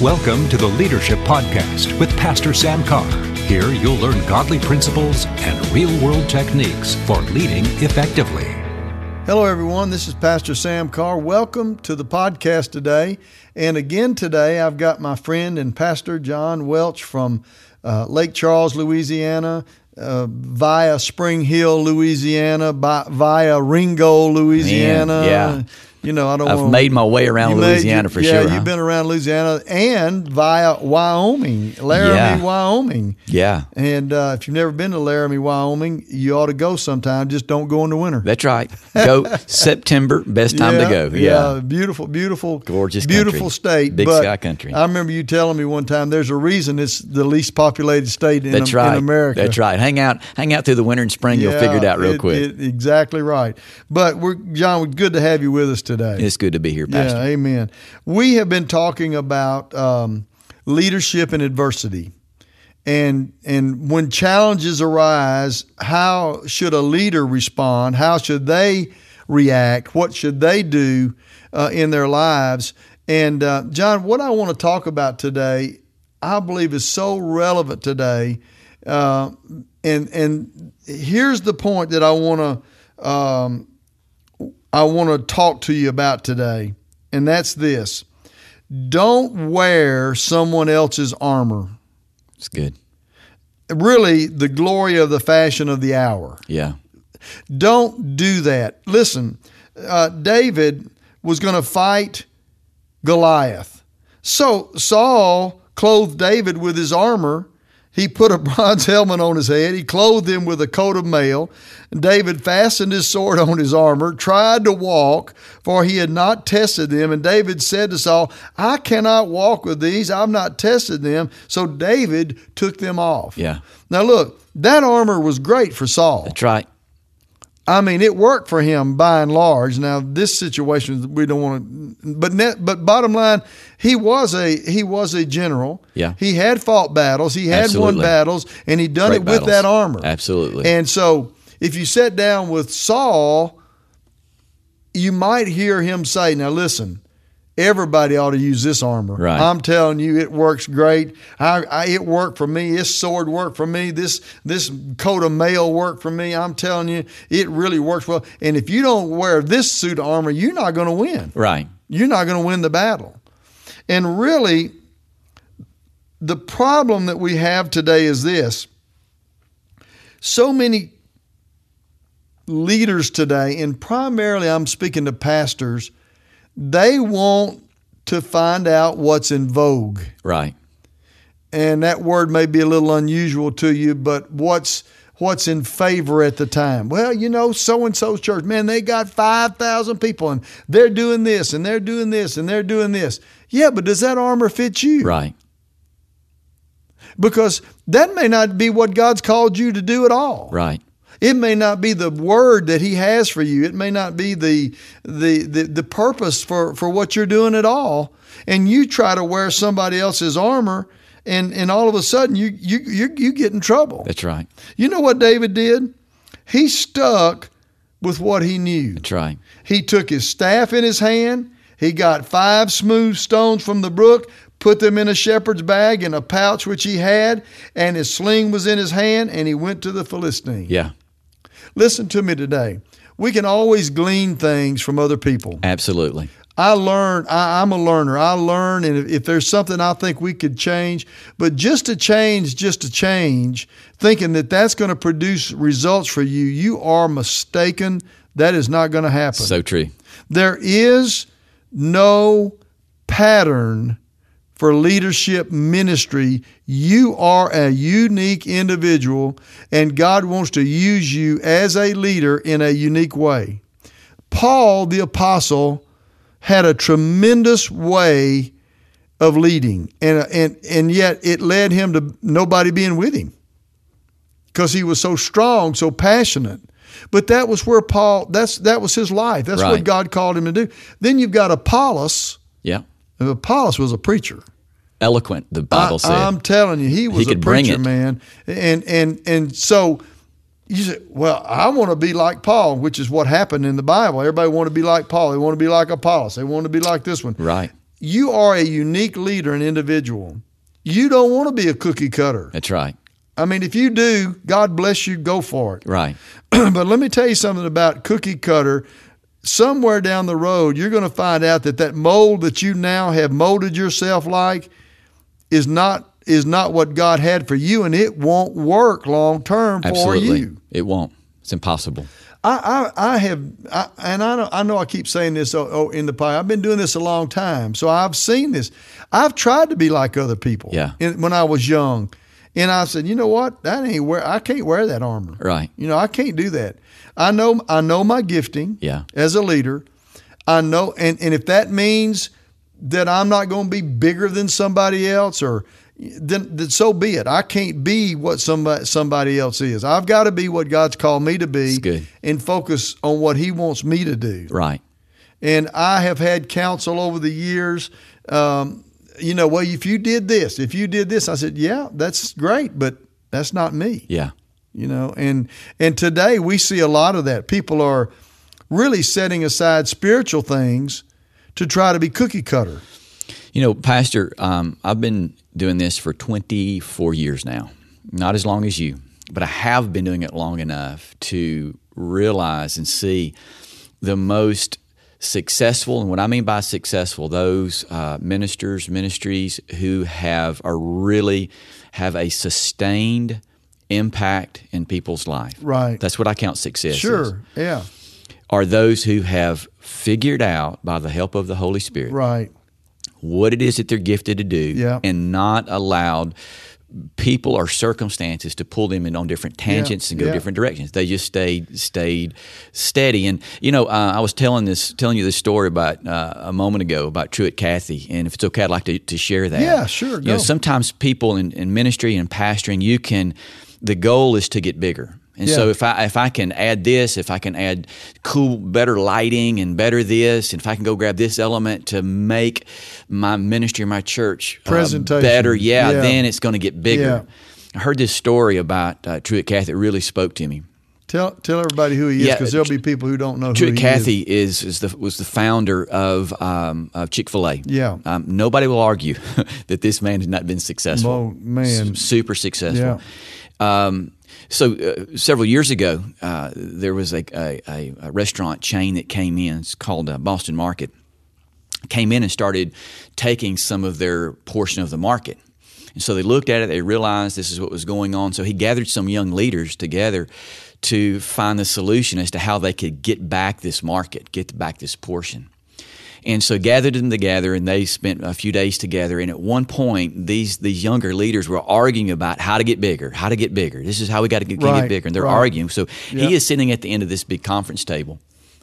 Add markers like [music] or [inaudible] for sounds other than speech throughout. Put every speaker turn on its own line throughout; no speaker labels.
Welcome to the Leadership Podcast with Pastor Sam Carr. Here you'll learn godly principles and real world techniques for leading effectively.
Hello, everyone. This is Pastor Sam Carr. Welcome to the podcast today. And again, today I've got my friend and pastor John Welch from uh, Lake Charles, Louisiana. Uh, via Spring Hill, Louisiana, by, via Ringo, Louisiana.
yeah.
You know, I don't.
I've
wanna-
made my way around
You made-
Louisiana
you-
for
yeah,
sure.
you've
huh?
been around Louisiana and via Wyoming,
Yeah.
Laramie, Wyoming.
Yeah,
And uh, if you've never been to Laramie, Wyoming, you ought to go sometime. Just don't go in the winter.
that's right. Go
[laughs]
September, best time to go. Yeah.
beautiful, beautiful,
Gorgeous
beautiful
country.
state.
Big
but
sky country.
I remember you telling me one time there's a reason it's the least populated state in,
That's
in
right.
America.
That's right. Hang out, hang out through the winter and spring. you'll figure it out real quick.
exactly right. But we're John. Good to have you with us today.
it's good to be here, Pastor.
Yeah, amen. We have been talking about um, leadership and adversity, and and when challenges arise, how should a leader respond? How should they react? What should they do uh, in their lives? And uh, John, what I want to talk about today, I believe, is so relevant today. Uh, and and here's the point that I want to. Um, I want to talk to you about today, and that's this don't wear someone else's armor.
It's good.
Really, the glory of the fashion of the hour.
Yeah.
Don't do that. Listen, uh, David was going to fight Goliath. So Saul clothed David with his armor. He put a [laughs] bronze helmet on his head. He clothed him with a coat of mail. David fastened his sword on his armor, tried to walk, for he had not tested them. And David said to Saul, I cannot walk with these. I've not tested them. So David took them off.
Yeah.
Now, look, that armor was great for Saul.
That's right.
I mean, it worked for him by and large. Now, this situation we don't want to, but net, but bottom line, he was a he was a general.
Yeah.
he had fought battles. He had won
Absolutely.
battles, and he done
Great
it with
battles.
that armor.
Absolutely.
And so, if you sat down with Saul, you might hear him say, "Now listen." Everybody ought to use this armor.
Right.
I'm telling you, it works great. I, I, it worked for me. This sword worked for me. This this coat of mail worked for me. I'm telling you, it really works well. And if you don't wear this suit of armor, you're not going to win.
right.
You're not going to win the battle. And really, the problem that we have today is this so many leaders today, and primarily I'm speaking to pastors, they want to find out what's in vogue.
Right.
And that word may be a little unusual to you, but what's what's in favor at the time? Well, you know, so and so's church, man, they got 5,000 people and they're doing this and they're doing this and they're doing this. Yeah, but does that armor fit you?
Right.
Because that may not be what God's called you to do at all.
Right.
It may not be the word that He has for you. It may not be the the the, the purpose for for what you're doing at all. And you try to wear somebody else's armor, and and all of a sudden you you you you get in trouble.
That's right.
You know what David did? He stuck with what he knew.
That's right.
He took his staff in his hand. He got five smooth stones from the brook, put them in a shepherd's bag in a pouch which he had, and his sling was in his hand, and he went to the Philistine.
Yeah.
Listen to me today. We can always glean things from other people.
Absolutely.
I learn, I, I'm a learner. I learn, and if, if there's something I think we could change, but just to change, just to change, thinking that that's going to produce results for you, you are mistaken. That is not going to happen.
So true.
There is no pattern for leadership ministry. You are a unique individual, and God wants to use you as a leader in a unique way. Paul the Apostle had a tremendous way of leading, and, and, and yet it led him to nobody being with him because he was so strong, so passionate. But that was where Paul, that's, that was his life. That's what
Right.
God called him to do. Then you've got Apollos.
Yeah.
And Apollos was a preacher.
Eloquent, the Bible said.
I, am telling you, he was a
could bring
preacher,
it.
man. And and and so you say, well, I want to be like Paul, which is what happened in the Bible. Everybody want to be like Paul. They want to be like Apollos. They want to be like this one.
right.
you are a unique leader and individual. You don't want to be a cookie cutter.
That's right.
I mean, if you do, God bless you, go for it.
Right.
[clears throat] but let me tell you something about cookie cutter. Somewhere down the road, you're going to find out that that mold that you now have molded yourself like is not is not what God had for you, and it won't work long term for
Absolutely.
you.
It won't. It's impossible.
I, I, I have, I, and I know, I know I keep saying this oh, oh, in the pie. I've been doing this a long time, so I've seen this. I've tried to be like other people
Yeah.
in, when I was young. And I said, you know what? That ain't where I can't wear that armor.
Right.
You know, I can't do that. I know I know my gifting
Yeah.
as a leader. I know and, and if that means that I'm not going to be bigger than somebody else or then, then so be it. I can't be what somebody somebody else is. I've got to be what God's called me to be
That's good.
and focus on what he wants me to do.
Right.
And I have had counsel over the years. Um, you know, well, if you did this, if you did this, I said, yeah, that's great, but that's not me
Yeah.
you know and and today we see a lot of that people are really setting aside spiritual things to try to be cookie cutter
You know, Pastor, um, I've been doing this for 24 years now, not as long as you, but I have been doing it long enough to realize and see the most successful, and what I mean by successful, those uh, ministers, ministries who have are really have a sustained impact in people's life.
Right.
That's what I count success. as
sure yeah
Are those who have figured out by the help of the Holy Spirit
right
what it is that they're gifted to do
Yeah.
and not allowed people or circumstances to pull them in on different tangents and go
yeah.
different directions they just stayed stayed steady and you know uh, i was telling this telling you this story about uh, a moment ago about truett cathy and if it's okay i'd like to, to share that
Yeah, sure,
you know
go.
sometimes people in, in ministry and pastoring you can the goal is to get bigger and so
Yeah.
if I if I can add this, if I can add cool, better lighting and better this, and if I can go grab this element to make my ministry, my church uh,
Presentation.
better, yeah,
Yeah.
then it's going to get bigger. I heard this story about uh, Truett Cathy that really spoke to me.
tell tell everybody who he is
Yeah,
because there'll be people who don't know who
Truett
he is
Cathy is, is the, was the founder of, um, of Chick Fil A.
Yeah.
um, nobody will argue [laughs] that this man has not been successful.
oh man
S- super successful. Um, so uh, several years ago, uh, there was a, a, a, a restaurant chain that came in. It's called uh, Boston Market. Came in and started taking some of their portion of the market. And so they looked at it. They realized this is what was going on. So he gathered some young leaders together to find the solution as to how they could get back this market, get back this portion. And so gathered them together, and they spent a few days together. And at one point, these these younger leaders were arguing about how to get bigger, how to get bigger. This is how we got to get, can
Right,
get bigger. And they're
right.
arguing. So
Yeah.
he is sitting at the end of this big conference table,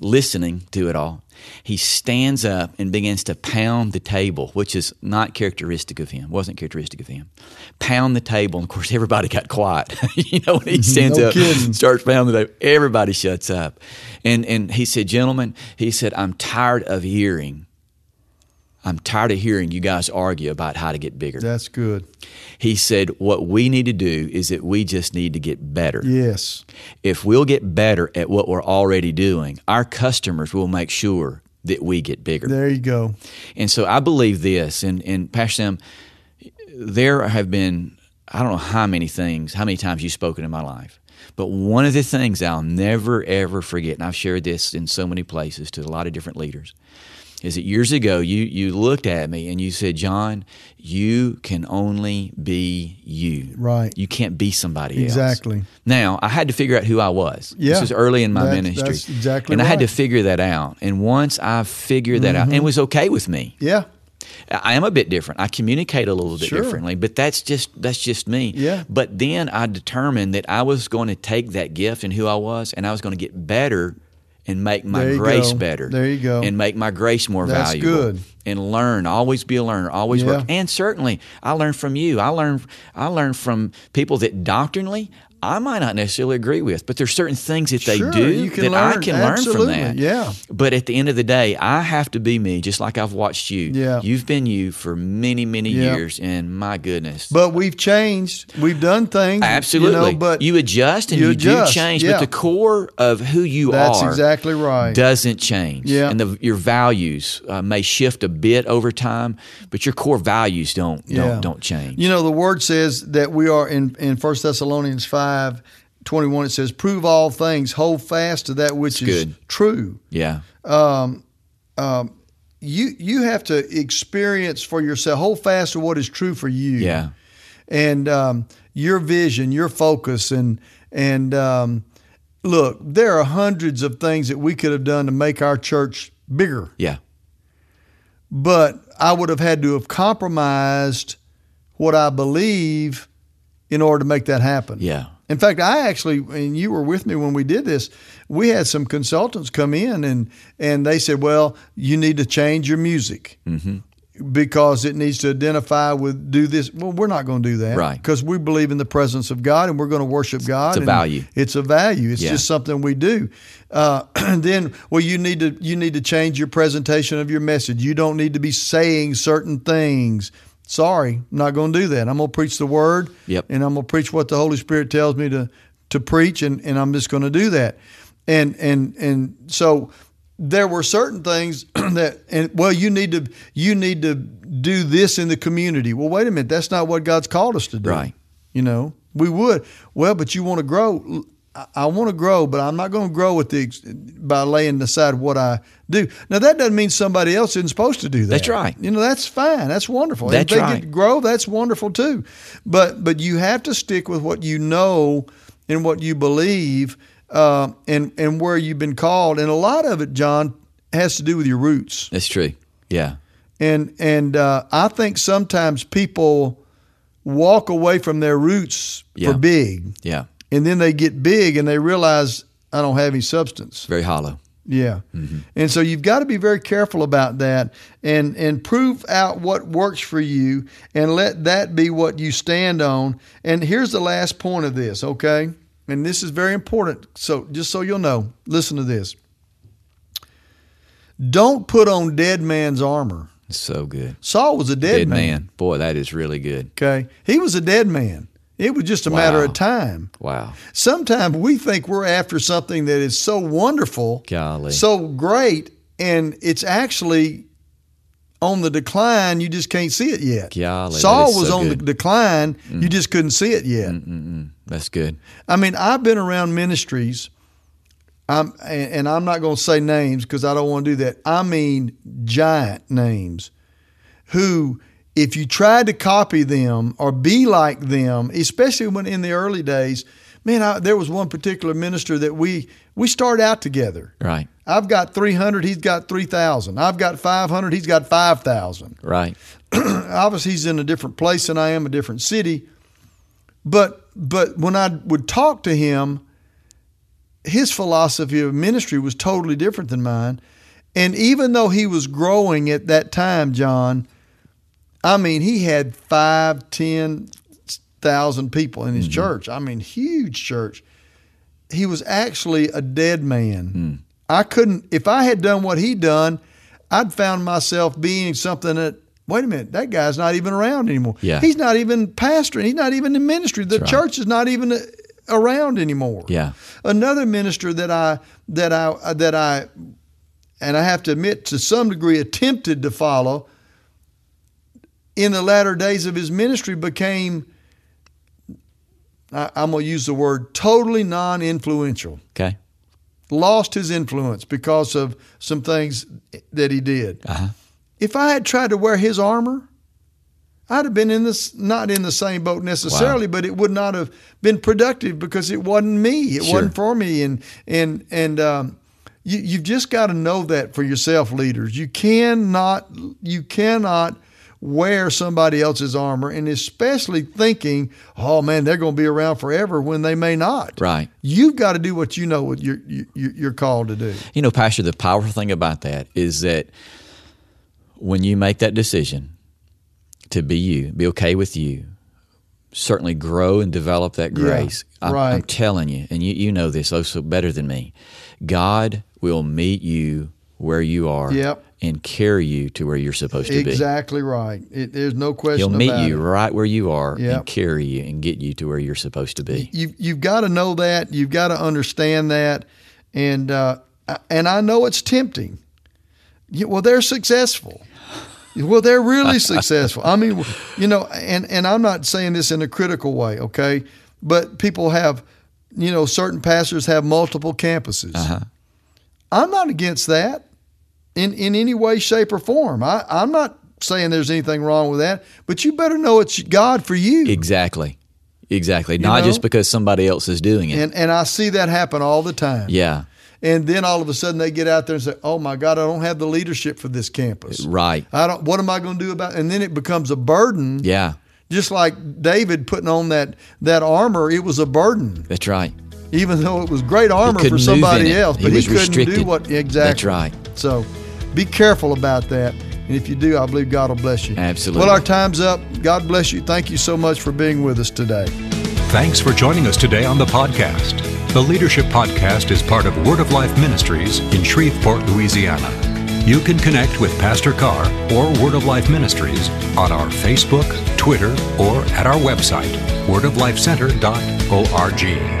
listening to it all. He stands up and begins to pound the table, which is not characteristic of him. wasn't characteristic of him. Pound the table, and of course, everybody got quiet. [laughs] you know, when he stands
No
up,
kidding.
starts pounding the table, everybody shuts up. And and he said, "Gentlemen," he said, "I'm tired of hearing." I'm tired of hearing you guys argue about how to get bigger.
that's good
He said, What we need to do is that we just need to get better.
yes
If we'll get better at what we're already doing, our customers will make sure that we get bigger.
there you go
And so I believe this, and, and Pastor Sam, there have been, I don't know how many things, how many times you've spoken in my life, but one of the things I'll never, ever forget, and I've shared this in so many places to a lot of different leaders, is that years ago you, you looked at me and you said, John, you can only be you.
Right.
You can't be somebody else.
Exactly.
Now, I had to figure out who I was.
Yeah.
This was early in my
That's-
ministry.
that's exactly
And I had to
right.
figure that out. And once I figured that out, and it was okay with me.
yeah
I am a bit different. I communicate a little bit
Sure.
differently, but that's just that's just me.
Yeah.
But then I determined that I was going to take that gift and who I was, and I was going to get better and make my
There you
grace
go.
better.
There you go.
And make my grace more
That's
valuable.
good.
And learn. Always be a learner. Always
Yeah.
work. And certainly, I learned from you. I learned. I learned from people that doctrinally I might not necessarily agree with, but there's certain things that they
Sure,
do
you can
that I
learn.
can
Absolutely,
learn from that.
yeah.
But at the end of the day, I have to be me, just like I've watched you.
Yeah.
You've been you for many, many
Yeah.
years, and my goodness.
But we've changed. We've done things.
Absolutely.
You know, but
you adjust and
you
you,
adjust,
do change,
yeah.
but the core of who you
that's
are
exactly right.
doesn't change.
Yeah.
And the, your values uh, may shift a bit over time, but your core values don't
Yeah.
don't, don't change.
You know, the word says that we are in in First Thessalonians five twenty one. It says, "Prove all things, hold fast to that which
It's
is
good.
true."
yeah.
You you have to experience for yourself. Hold fast to what is true for you.
Yeah.
and um, your vision, your focus, and and um, look, there are hundreds of things that we could have done to make our church bigger,
Yeah.
but I would have had to have compromised what I believe in order to make that happen.
Yeah.
In fact, I actually, and you were with me when we did this. We had some consultants come in, and and they said, "Well, you need to change your music
Mm-hmm.
because it needs to identify with do this." Well, we're not going to do that,
Right.
Because we believe in the presence of God, and we're going to worship God.
a
and
value.
It's a value. It's
Yeah.
just something we do. Uh, [clears throat] and then, well, you need to you need to change your presentation of your message. You don't need to be saying certain things. Sorry, I'm not going to do that. I'm going to preach the word
Yep.
and I'm going to preach what the Holy Spirit tells me to to preach, and, and I'm just going to do that. And and and so there were certain things [clears throat] that and well you need to you need to do this in the community. Well, wait a minute, that's not what God's called us to do.
Right.
You know, we would well, but you want to grow. I- I want to grow, but I'm not going to grow with the ex- by laying aside what I do. Now that doesn't mean somebody else isn't supposed to do that.
That's right.
You know that's fine. That's wonderful. And
That's
if they
right.
get to grow, that's wonderful too. But but you have to stick with what you know and what you believe uh, and and where you've been called. And a lot of it, John, has to do with your roots.
That's true. Yeah.
And and uh, I think sometimes people walk away from their roots
Yeah.
for big,
Yeah.
and then they get big and they realize I don't have any substance.
Very hollow.
Yeah. And so you've got to be very careful about that and and prove out what works for you and let that be what you stand on. And here's the last point of this, okay? And this is very important. So just so you'll know, listen to this. Don't put on dead man's armor.
It's so good.
Saul was a dead,
Dead
man.
man. Boy, that is really good.
Okay. He was a dead man. It was just a matter
Wow.
of time.
Wow.
Sometimes we think we're after something that is so wonderful,
Golly.
so great, and it's actually on the decline. You just can't see it yet.
Golly, that
Saul
is
was
so
on the
good. Mm.
decline. You just couldn't see it yet.
That's good.
I mean, I've been around ministries. I'm and, and I'm not going to say names because I don't want to do that. I mean giant names who if you tried to copy them or be like them, especially when in the early days, man, I, there was one particular minister that we we started out together.
Right.
I've got 300, he's got 3,000. I've got 500, he's got 5,000
Right.
obviously he's in a different place than I am, a different city. But but when I would talk to him, his philosophy of ministry was totally different than mine. And even though he was growing at that time, John, I mean, he had five, ten thousand people in his church. I mean, huge church. He was actually a dead man. I couldn't. If I had done what he done, I'd found myself being something that. Wait a minute, that guy's not even around anymore.
Yeah.
He's not even pastoring. He's not even in ministry. The church is not even uh, around anymore.
Yeah.
Another minister that I that I that I and I have to admit to some degree attempted to follow in the latter days of his ministry became I, I'm going to use the word totally non-influential.
Okay.
Lost his influence because of some things that he did.
Uh huh.
If I had tried to wear his armor, I'd have been in this not in the same boat necessarily, but it would not have been productive because it wasn't me. It
Sure.
wasn't for me. And and and um, you you've just got to know that for yourself, leaders. You cannot you cannot wear somebody else's armor, and especially thinking, oh man, they're going to be around forever when they may not.
Right.
You've got to do what you know what you're you, you- you're called to do.
You know, Pastor, the powerful thing about that is that when you make that decision to be you, be okay with you, certainly grow and develop that grace. I'm, I'm
right.
telling you, and you, you know this also better than me. God will meet you where you are
Yep.
and carry you to where you're supposed to be.
Exactly right. It, there's no
He'll
question
meet
about
you
it.
right where you are
Yep.
and carry you and get you to where you're supposed to be.
you you've got to know that. You've got to understand that, and uh, and I know it's tempting. Yeah, well, they're successful. Well, they're really successful. I mean, you know, and and I'm not saying this in a critical way, okay? But people have, you know, certain pastors have multiple campuses. I'm not against that in in any way, shape, or form. I I'm not saying there's anything wrong with that, but you better know it's God for you.
Exactly. Exactly. Not just
know?
because somebody else is doing it.
And and I see that happen all the time.
yeah.
And then all of a sudden they get out there and say, "Oh my God, I don't have the leadership for this campus.
Right.
I don't. What am I going to do about?" It? And then it becomes a burden.
Yeah.
Just like David putting on that that armor, it was a burden,
That's right.
even though it was great armor
couldn't
for
move
somebody
in it.
else.
He
But he,
was
couldn't do
restricted.
what exactly.
That's right.
So, be careful about that. And if you do, I believe God will bless you.
Absolutely.
Well, our time's up. God bless you. Thank you so much for being with us today.
Thanks for joining us today on the podcast. The Leadership Podcast is part of Word of Life Ministries in Shreveport, Louisiana. You can connect with Pastor Carr or Word of Life Ministries on our Facebook, Twitter, or at our website, wordoflifecenter.org.